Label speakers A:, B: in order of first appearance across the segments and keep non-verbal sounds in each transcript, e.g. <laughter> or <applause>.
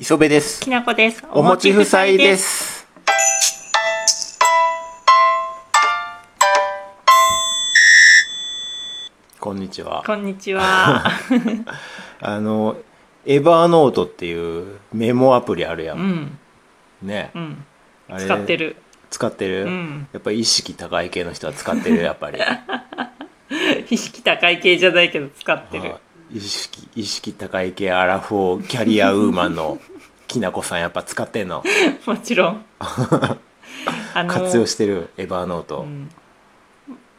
A: 磯部です。
B: きなこです。。
A: おもち夫妻ですす。こんにちは。
B: こんにちは。
A: <laughs> あの、エバーノートっていうメモアプリあるや。
B: うんん、
A: ね
B: う。ん、
A: あれ
B: 使って。る。
A: 使ってる、
B: うん
A: やっぱ意識高い系の人は使ってる、やっ
B: <laughs>
A: ぱり。
B: 意識高い系じゃないけど使ってる
A: は。い意識、意識高い系アラフォーキャリアウーマンのきなこさんやっぱ使ってんの。
B: もちろ
A: <laughs>
B: ん。あ
A: 活用してる、エバーノート。
B: うん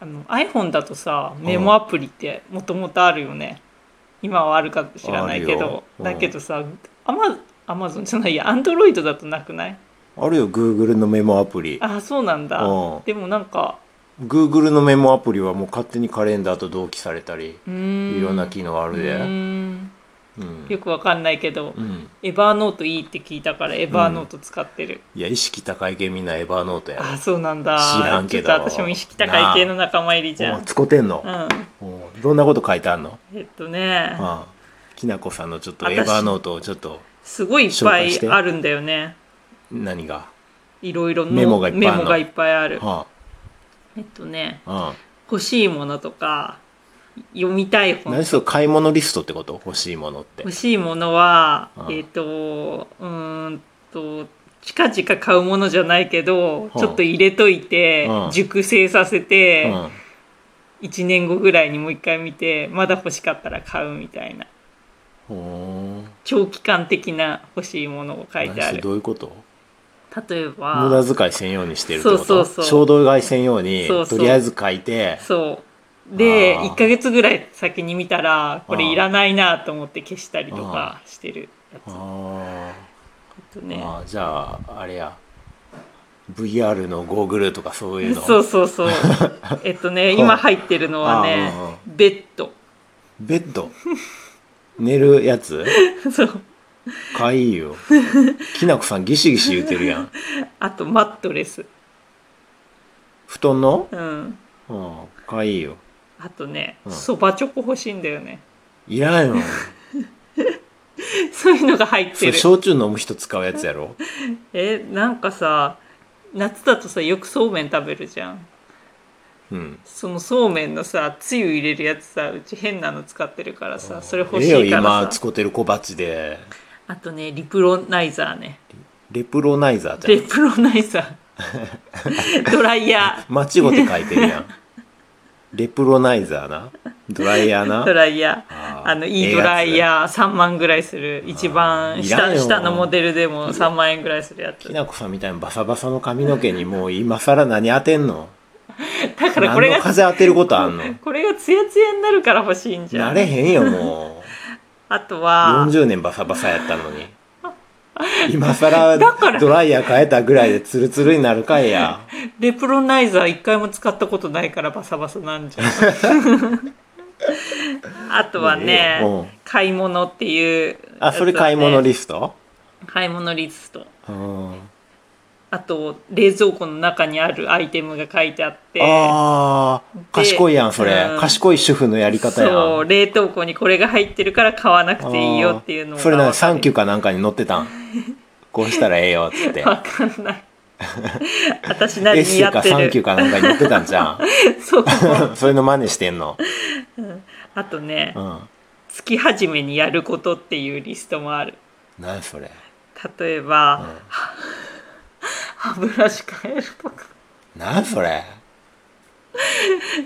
B: あの iPhone だとさ、メモアプリってもともとあるよね。今はあるか知らないけ
A: あるよ
B: ど、
A: うん
B: だけどさ、アマアマゾンじゃないや、Android だとなくない？
A: あるよ、Google のメモアプリ。
B: あ、そうなんだ
A: うん。
B: でもなんか、
A: Google のメモアプリはもう勝手にカレンダーと同期されたり
B: うーん、
A: いろんな機能あるで
B: うー
A: うん
B: よ
A: ん、
B: くわかんないけど。
A: うん、
B: エバーノートいいって聞いたからエバーノート使ってる、
A: いや意識高い系みんなエバーノートや
B: あそうなんだ
A: 知らんけど
B: ちょっと私も意識高い系の仲間入りじゃ
A: ろ
B: ん
A: 使ってんの
B: うん
A: おうどんなこと書いてあんの
B: えっとね
A: ああきなこさんのちょっと
B: 私
A: エバーノートをちょっと
B: すごいいっぱいあるんだよね
A: 何が
B: いろいろの
A: メモがいっぱいあるの
B: メモがいっぱいある
A: は
B: えっとね
A: あ、
B: 欲しいものとか読みたい
A: うん、
B: 本
A: 何それ買い物リストってこと欲しいものって
B: 欲しいものは
A: ああ
B: えっとうーんと近々買うものじゃないけど
A: あ
B: ちょっと入れといて
A: ああ
B: 熟成させて、
A: うん、
B: 1年後ぐらいにもう一回見てまだ欲しかったら買うみたいな
A: ほ
B: 長期間的な欲しいものを書
A: う
B: いてあ
A: 何それ
B: る
A: どういうこと
B: 例え
A: 無
B: ば
A: 駄遣いせんようにしてるってこと
B: そうそうそう
A: 衝動買いせんように
B: そうそう
A: とりあえず書いて
B: そうで
A: あー
B: 1ヶ月ぐらい先に見たらこれいらないなと思って消したりとかしてるやつ
A: ああ
B: えっとね
A: ああじゃああれや VR のゴーグルとかそういうの
B: そうそうそう
A: <laughs>
B: えっとね今入ってるのはね
A: あ
B: ベッド <laughs>
A: ベッド寝るやつ
B: そう
A: かわいい
B: <laughs>
A: よきなこさんギシギシ言うてるやん
B: あとマットレス
A: 布団の、
B: うん
A: うん、かわいいよ
B: あとね
A: うん
B: そばチョコ欲しいんだよね <laughs>
A: いらんよ
B: そういうのが入っ
A: そ
B: て
A: れ
B: る
A: 焼酎飲む人使うやつやろ
B: えなんかさ夏だとさよくそうめん食べるじゃん
A: うん
B: そのそうめんのさつゆ入れるやつさうち変なの使ってるからさそれ欲し
A: ええよ
B: いから
A: 今
B: さ
A: 使ってる小鉢で
B: あとねリプロナイザーね
A: レプロナイザーじゃ
B: レ
A: ん
B: プロナイザ
A: <laughs>
B: ードライヤ
A: 間違って書いてるやんレプロナイザーなドライヤー
B: ー
A: な
B: ドライヤー
A: あー
B: あのいいドライ
A: ええや
B: ヤー3万ぐらいする一番
A: いらん
B: 下
A: よ
B: 下のモデルでも3万円ぐらいするや
A: つき
B: つ
A: なこさんみたいなバサバサの髪の毛にもう今更何当てんの
B: だからこれ
A: 何の
B: が
A: 風当てることあんの
B: これがツヤツヤになるから欲しい <laughs> んじゃ
A: なんれへんよも
B: あと
A: う
B: は
A: 40年バサバサやったのに今更
B: だから
A: ドライヤー変えたぐらいでツルツルになるかいや
B: レプロナイザー一回も使ったことないからバサバサなんじゃん。
A: <laughs>
B: あとは
A: い
B: ね、
A: いようん
B: 買い物っていう。
A: あそれ買い物
B: リ
A: リスト、
B: スト。買い物リスト。
A: うん、
B: あと、冷蔵庫の中にあるアイテムが書いてあって。
A: あー賢いやんそれ
B: うん
A: 賢い主婦のやり方やん
B: そう、冷凍庫にこれが入ってるから買わなくていいよっていうの
A: あ
B: が
A: ーそれなんか
B: わか
A: サ
B: る
A: ンキューかなんかに載ってたんこうしたらええよっ
B: <laughs>
A: つって
B: わか
A: <laughs>
B: んない。私
A: エ
B: な
A: ッ
B: りに
A: セ
B: や
A: か
B: って
A: サンキュー
B: る。
A: かなんかに載ってたんじゃん
B: <laughs>
A: <laughs>
B: そう。
A: それの真似してんの
B: あとね、
A: うん
B: 月初めにやることっていうリストもある。
A: 何それ
B: 例えば、
A: うん
B: 歯ブラシ変えるとか
A: 何それ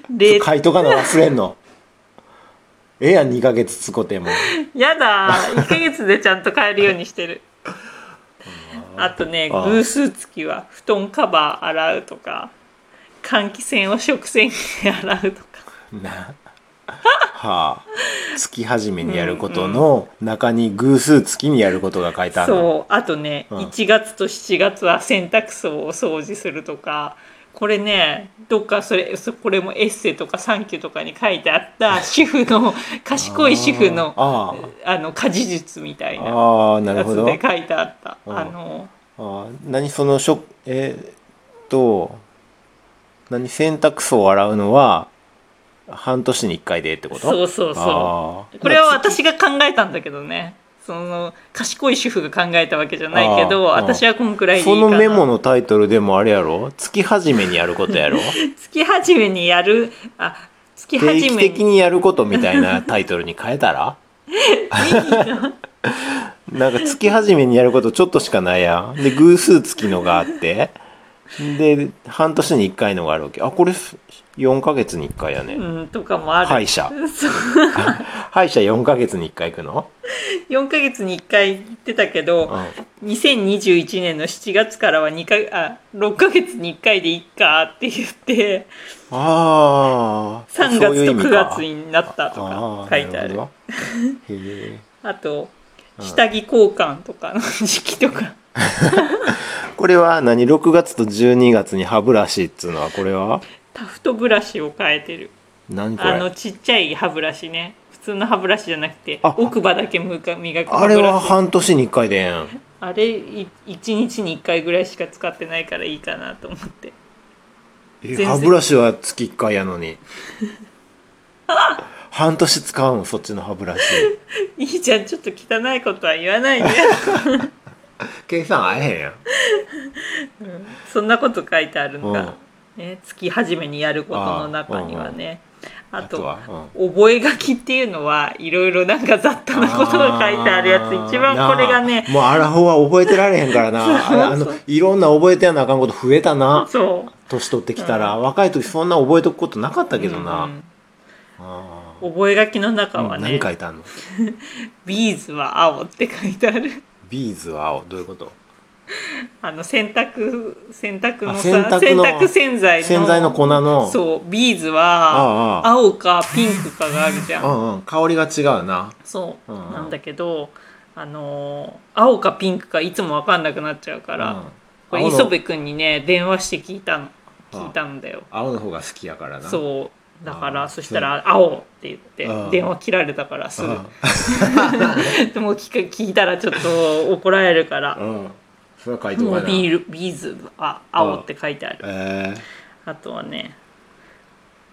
B: 冷
A: 書いとかな忘れんのええやん2ヶ月つこても
B: やだー1ヶ月でちゃんと変えるようにしてるあとね
A: あー
B: 偶数月は布団カバー洗うとか換気扇を食洗機で洗うとか
A: なはあ月始めにやることの中に偶数月にやることが書いてあるの
B: そうあとね、
A: うん
B: 1月と7月は洗濯槽を掃除するとかこれねどっかそれそこれもエッセイとかサンキューとかに書いてあった主婦の賢い主婦のあ
A: あー
B: の家事術みたいな
A: あーなる
B: や
A: ほ
B: つ
A: ど
B: で書いてあった。
A: うん
B: あの
A: あー何そのしょえーっと何洗濯槽を洗うのは半年に1回でってこと
B: そうそうそう
A: あー
B: これは私が考えたんだけどね。その賢い主婦が考えたわけじゃないけど
A: あーあー
B: 私はこんくらいでいい
A: そ
B: かな
A: のメモのタイトルでもあれやろ月始めにやることやろ
B: 月始めにやるあ月
A: 定
B: 始
A: 期
B: め
A: 的
B: に
A: にやることみたいなタイトルに変えたらなんか月始めにやることちょっとしかないやんで偶数月のがあってで半年に1回のがあるわけあこれ4ヶ月に1回やね、
B: うんとかもある、
A: 歯医者
B: そう
A: <laughs> 歯医者4ヶ月に1回行くの、
B: 4ヶ月に1回行ってたけど、
A: う
B: 2021年の7月からは2かあ6ヶ月に1回でいっかって言って
A: ん、ああ
B: 3月と9月になったとか書いてある
A: なるほどへえ
B: あと
A: うん
B: 下着交換とかの時期とか <laughs>
A: これは何6月と12月に歯ブラシっつうのはこれは
B: タフトブラシを変えてる
A: 何これ
B: あの
A: あ
B: ちっちゃい歯ブラシね普通の歯ブラシじゃなくて
A: あ
B: 奥歯だけ磨く歯ブラシ
A: れは半年に1回でええん
B: あれい1日に1回ぐらいしか使ってないからいいかなと思って <laughs>
A: え
B: 全然
A: 歯ブラシは月1回やのに <laughs> 半年使うんそっちの歯ブラシ
B: いいじゃんちょっと汚いことは言
A: <laughs>
B: わないで
A: 計算合えへんやん
B: そんなこと書いてあるのが、ね、月初めにやることの中にはねあ
A: あと
B: と
A: は
B: 覚え書きっていうのはいろいろなんか雑多なことが書いてあるやつ一番これがね
A: なあもうアラフォーは覚えてられへんから
B: <laughs>
A: な
B: そうそう
A: ああのいろんな覚えてやなあかんこと増えた
B: <laughs>
A: な
B: そう
A: 年取ってきたら、若い時そんな覚えとくことなかったけどな、
B: うん
A: あー
B: 覚え書きの中はね
A: 何書いてあんの
B: 「ビーズは青」って書いてある <laughs>
A: ビーズは青どういうこと
B: あの洗濯洗濯のさ
A: あ
B: 洗
A: 洗
B: 濯
A: 濯の
B: 洗剤の
A: 洗剤の粉の
B: そうビーズは
A: あああ
B: 青かピンクかがあるじゃ
A: あうんんうん香りが違うな
B: そう
A: うん
B: なんだけどあのー青かピンクかいつも分かんなくなっちゃうか、
A: からうん、
B: これ
A: 青の
B: 磯部君にね電話して聞いたの聞いたんだよ
A: 青の方が好きやからなう
B: そうだか
A: あ
B: ら
A: ー
B: そしたら「青」って言って
A: うん
B: 電話切られたからす
A: ん
B: ぐでも聞く聞いたらちょっと怒られるから
A: うんそれは書いてお
B: も
A: か
B: うビ
A: ない
B: ールビーズは青って書いてある
A: え
B: あとはね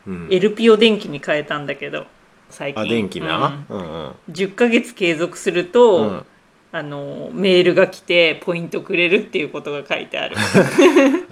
A: ーうん、
B: エルピオ電気に変えたんだけど最近
A: あ電気な、うん、うん
B: うん10ヶ月継続すると、
A: うん
B: あのメールが来てポイントくれるっていうことが書いてある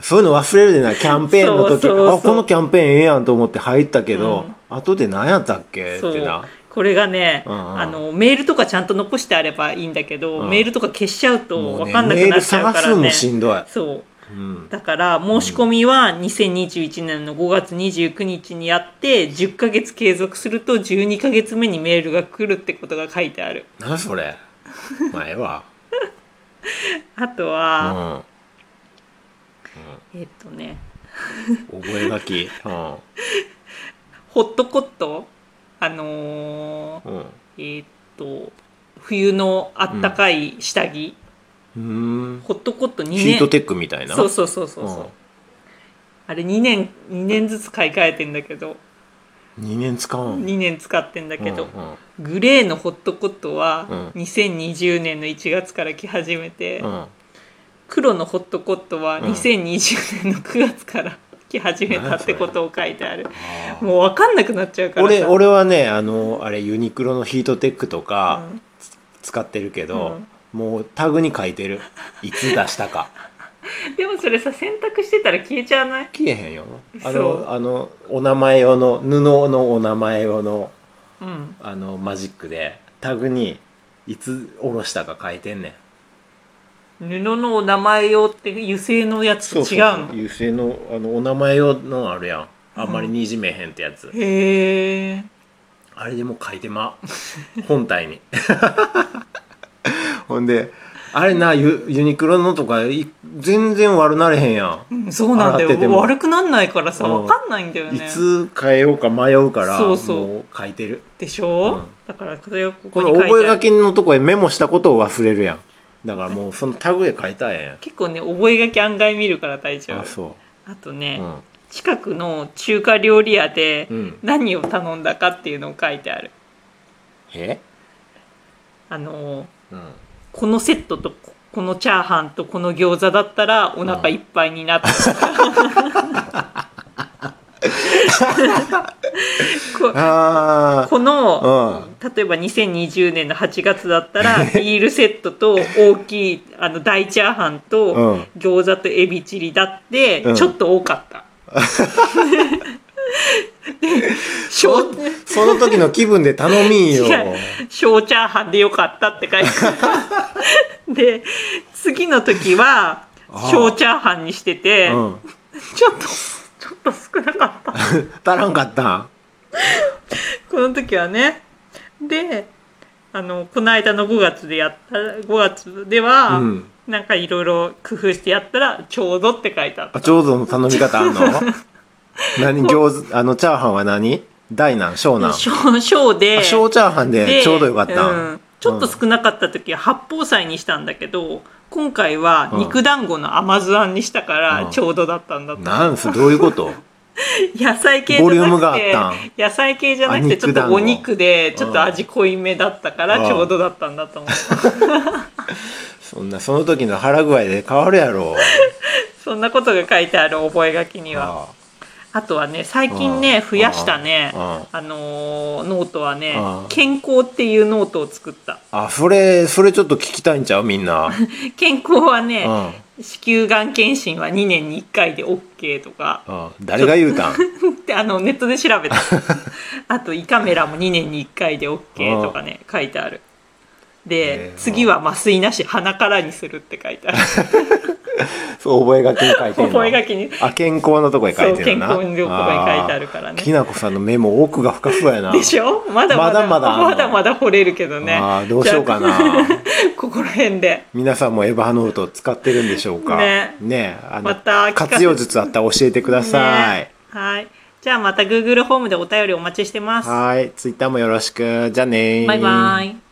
A: そういうの忘れるでなキャンペーンの時
B: そうそうそう
A: あこのキャンペーンええやんと思って入ったけど、後で何やったっけっ
B: そう
A: てな
B: これがね、
A: うんうん
B: あのメールとかちゃんと残してあればいいんだけど、
A: うん
B: メールとか消しちゃうと
A: もう
B: 分
A: ね
B: かんなく
A: メー
B: なっ
A: ル
B: ちゃう
A: 探
B: か
A: す
B: ら
A: の
B: ね
A: もしんどい、
B: そ
A: う
B: う <laughs>
A: ん、
B: だから申し込みは2021年の5月29日にやって10ヶ月継続すると12ヶ月目にメールが来るってことが書いてある
A: 何それ前は
B: あと
A: う
B: は、
A: ん
B: えっとね
A: 覚え書き、う
B: ホットコットあのー
A: ん
B: えーっと冬のあったかい下着、
A: うん、うん
B: ホットコット2年
A: ヒートテックみたいな
B: そうそうそうそうそう、あれ2年2年ずつ買い替えてんだけど
A: 2年使うん
B: 2年使ってんだけど、
A: うん
B: グレーのホットコット
A: う
B: は
A: ん
B: 2020年の1月から着始めて、
A: うん
B: 黒のホットコットは
A: うん
B: 2020年の9月から着始めたってことを書いてある、
A: あー
B: もう分かんなくなっちゃうから
A: 俺
B: さ
A: 俺はねあのあれユニクロのヒートテックとか
B: うん
A: 使ってるけど、もうタグに書いてるいつ出したか
B: でもそれさ洗濯してたら消えちゃわない
A: 消えへんよあ
B: そう
A: のあのお名前用の布のお名前用の
B: うん
A: あのマジックでタグにいつ下ろしたか書いてんねん
B: 布のお名前用って油性のやつと違うの
A: 油性のあのお名前用のあるやんあんまりにじめへんってやつ、
B: へえ
A: あれでもう書いてま本体にほんであれなユユニクロのとかい全然悪なれへんや
B: うんそうなんだ
A: 洗ってて
B: よ
A: も
B: 悪くなんないからさ
A: うん
B: 分かんないんだよ
A: ん、い
B: ね
A: つ変えようか迷うから
B: そうそう
A: もう書いてる
B: でしょ、
A: うん
B: だからこれをこ
A: こ
B: こ
A: の
B: に書いて
A: 覚え
B: あ
A: 書
B: る
A: きのとこへメモしたことを忘れるやんだからもうそのタグで書いたらえ
B: 結構ね覚え書き案外見るから大
A: え
B: 丈
A: やん
B: 夫
A: あそ
B: あと
A: う、
B: ね、
A: うん
B: 近くの中華料理屋で
A: うん、
B: 何を頼んだかっていうのを書いてある
A: え、
B: あのー
A: うん、
B: このセットとここのチャーハンとこの餃子だったらお腹いっぱいになった、こ <laughs>
A: あ
B: この、
A: う
B: 例えば2020年の8月だったらビールセットと大きいあの大チャーハンと、
A: うん
B: 餃子とエビチリだって、
A: うん
B: ちょっと多
A: <laughs>
B: かった。で
A: そ
B: 小
A: その時の気分で頼みんよ。
B: 違う小チャーハンでよかったって書いてある <laughs> で次の時は
A: ああ
B: 小チャーハンにしてて、
A: うん。
B: ちょっとちょっと少なかった
A: 足らんかった
B: この時はねであのこの間の5月でやった5月では、
A: うん
B: なんかいろいろ工夫してやったらちょうどって書いてあった
A: あ、上手の頼み方あん
B: <laughs>
A: の何餃子、あの、チャーハンは何大なん小なん
B: 小小で
A: あ小チャーハンで
B: で
A: ちょうどよかったん、
B: うんちょっと少なかった時は八宝菜にしたんだけど今回は肉団子の甘酢あんにしたか
A: う
B: ら
A: ん
B: ちょうどだったんだと、
A: なんすどういうこと
B: 野菜系じゃ
A: ボリューム
B: な
A: があ
B: くて
A: ったん
B: 野菜系じゃなく
A: あ
B: てちょ
A: 肉
B: っ
A: 団
B: と
A: 子
B: お肉でちょっと味濃いめだったか
A: うん
B: らちょうどだったん
A: <laughs>
B: だと思う、
A: そんなその時の腹具合で変わるや
B: <laughs>
A: ろ
B: そんなことが書いてある覚書には
A: あ
B: あとはね最近ね
A: うん
B: 増やしたね
A: うん
B: あのーノートはね
A: うん
B: 健康っていうノートを作った
A: あそれそれちょっと聞きたいんちゃうみん
B: <laughs>
A: な、
B: 健康はね
A: うん
B: 子宮がん検診は2年に1回で OK とか
A: うん、誰が言うたん
B: <laughs> であのネットで調べた <laughs> あと胃カメラも2年に1回で OK とかね書いてある
A: えー
B: で、次は麻酔なし鼻からにするって書いてある
A: そう覚書きに書いてるの
B: 覚書に
A: <laughs> あ健康のとこに書いてるな
B: そう健康のとこに書いてあるからね
A: あーきなこさんのメモ奥が深そうやな
B: でしょまだまだ
A: まだまだあんの
B: まだまだ掘れるけどね
A: あーどうしようかな
B: じゃあ <laughs> ここら辺で
A: 皆さんもエヴァノート使ってるんでしょうか
B: ね
A: ねあの、
B: また聞かせ
A: 活用術あったら教えてください、
B: ねはいじゃあまた Google ホームでお便りお待ちしてます
A: はいツイッターもよろしくじゃあねー
B: バイバイ